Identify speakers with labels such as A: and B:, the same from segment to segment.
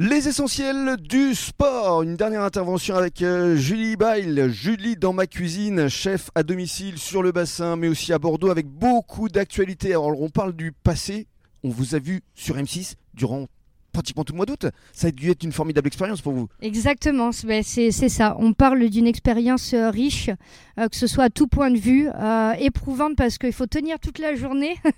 A: Les essentiels du sport. Une dernière intervention avec euh, Julie Bail. Julie dans ma cuisine, chef à domicile sur le bassin, mais aussi à Bordeaux avec beaucoup d'actualités. Alors on parle du passé. On vous a vu sur M6 durant pratiquement tout le mois d'août. Ça a dû être une formidable expérience pour vous.
B: Exactement, c- ben, c'est c'est ça. On parle d'une expérience euh, riche, euh, que ce soit à tout point de vue, euh, éprouvante parce qu'il faut tenir toute la journée.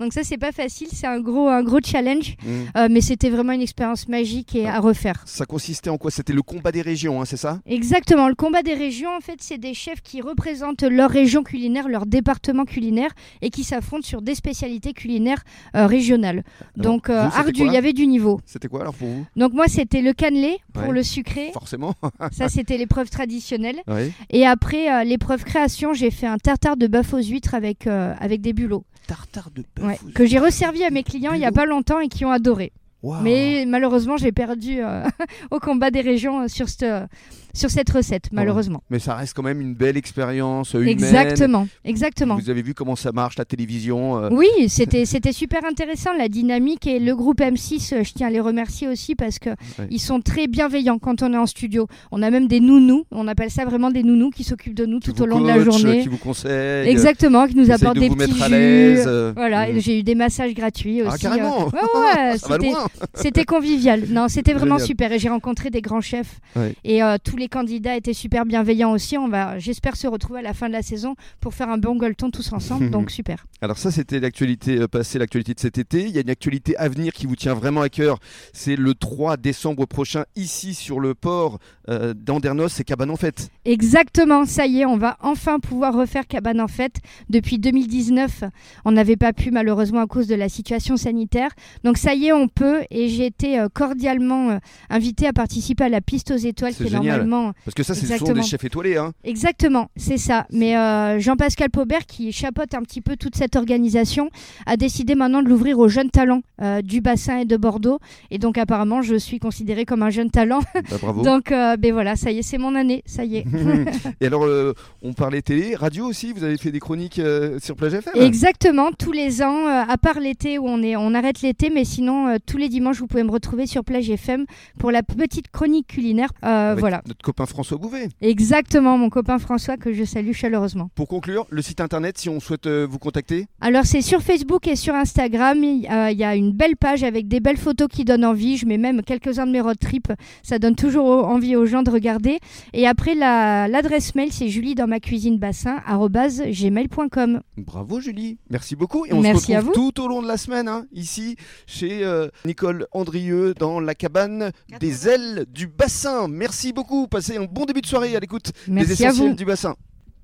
B: Donc ça, c'est pas facile, c'est un gros, un gros challenge. Euh, mais c'était vraiment une expérience magique et à refaire.
A: Ça consistait en quoi C'était le combat des régions, hein, c'est ça
B: Exactement, le combat des régions, en fait, c'est des chefs qui représentent leur région culinaire, leur département culinaire, et qui s'affrontent sur des spécialités culinaires euh, régionales.
A: Alors,
B: Donc, euh,
A: vous, c'était
B: ardu,
A: quoi
B: il y avait du niveau.
A: C'était quoi alors pour vous
B: Donc moi, c'était le cannelé pour
A: Ouais.
B: le sucré.
A: Forcément.
B: Ça, c'était l'épreuve traditionnelle.
A: Oui.
B: Et après euh, l'épreuve création, j'ai fait un tartare de bœuf aux huîtres avec, euh, avec des bulots,
A: Tartare de bœuf.
B: ouais,
A: vous-
B: que j'ai resservi à mes clients il n'y a
A: bulots. Ah.
B: pas longtemps et qui ont adoré.
A: Waouh.
B: Mais malheureusement, j'ai perdu euh, au combat des régions euh, sur, cette, euh, sur cette recette, malheureusement.
A: Mais ça reste quand même une belle expérience euh, Ah. humaine.
B: Exactement, exactement.
A: Vous avez vu comment ça marche, la télévision. euh,
B: Oui, c'était c'était super intéressant la dynamique et le groupe M6, euh, je tiens à les remercier aussi parce que ils sont très bienveillants quand on est en studio. On a même des nounous, on appelle ça vraiment des nounous qui s'occupent de nous
A: qui
B: tout
A: vous
B: au long de la
A: coachent,
B: journée.
A: Qui vous conseillent.
B: Exactement, qui nous
A: qui essayent
B: apportent
A: de
B: des
A: vous
B: petits
A: mettre à
B: jus.
A: l'aise. euh,
B: Voilà,
A: mm.
B: et j'ai eu des massages gratuits aussi.
A: Ah,
B: euh.
A: carrément
B: Ouais, ouais,
A: Ça va
B: c'était-
A: Ah, bah, loin
B: c'était convivial. Non, c'était vraiment
A: Génial.
B: super. Et j'ai rencontré des grands chefs.
A: Ouais.
B: Et euh, tous les candidats étaient super bienveillants aussi. On va, j'espère, se retrouver à la fin de la saison pour faire un bon gueuleton tous ensemble. donc super.
A: Alors ça, c'était l'actualité euh, passée, l'actualité de cet été. Il y a une actualité à venir qui vous tient vraiment à cœur. C'est le 3 décembre prochain, ici sur le port euh, d'Andernos, c'est Cabane en fête.
B: Exactement, ça y est, on va enfin pouvoir refaire Cabane en fête. Depuis 2019, on n'avait pas pu malheureusement à cause de la situation sanitaire. Donc ça y est, on peut. Et j'ai été euh, cordialement euh, invitée à participer à la piste aux étoiles
A: C'est
B: qui est
A: génial.
B: normalement
A: Parce que ça, c'est ce sont des
B: Exactement.
A: chefs étoilés. Hein.
B: Exactement, c'est ça. Mais euh, Jean-Pascal Paubert, qui chapeaute un petit peu toute cette organisation, a décidé maintenant de l'ouvrir aux jeunes talents euh, du bassin et de Bordeaux. Et donc apparemment, je suis considérée comme un jeune talent.
A: Bah, bravo.
B: donc euh, ben voilà, ça y est, c'est mon année, ça y est.
A: Et alors, euh, on parlait télé, radio aussi. Vous avez fait des chroniques euh, sur Plage FM.
B: Exactement, tous les ans, euh, à part l'été où on, est, on arrête l'été, mais sinon euh, tous les dimanches, vous pouvez me retrouver sur Plage FM pour la petite chronique culinaire. Euh,
A: Avec
B: voilà,
A: Notre copain François Bouvet.
B: exactement, mon copain François que je salue chaleureusement.
A: Pour conclure, le site internet, si on souhaite euh, vous contacter.
B: Alors c'est sur Facebook et sur Instagram, il y a- il y a une belle page avec des belles photos qui donnent envie, je mets même quelques-uns de mes road trips, ça donne toujours au- envie aux gens de regarder. Et après la- l'adresse mail c'est julie dans ma cuisine bassin gmail.com.
A: Bravo Julie, merci beaucoup. Et on
B: Merci
A: se
B: à
A: retrouve tout au long de la semaine, hein, ici, chez euh, Nicole Andrieux, dans la cabane des ailes du bassin. Merci beaucoup, passez un bon début de soirée à l'écoute des
B: Merci à
A: essentiels
B: vous.
A: du bassin.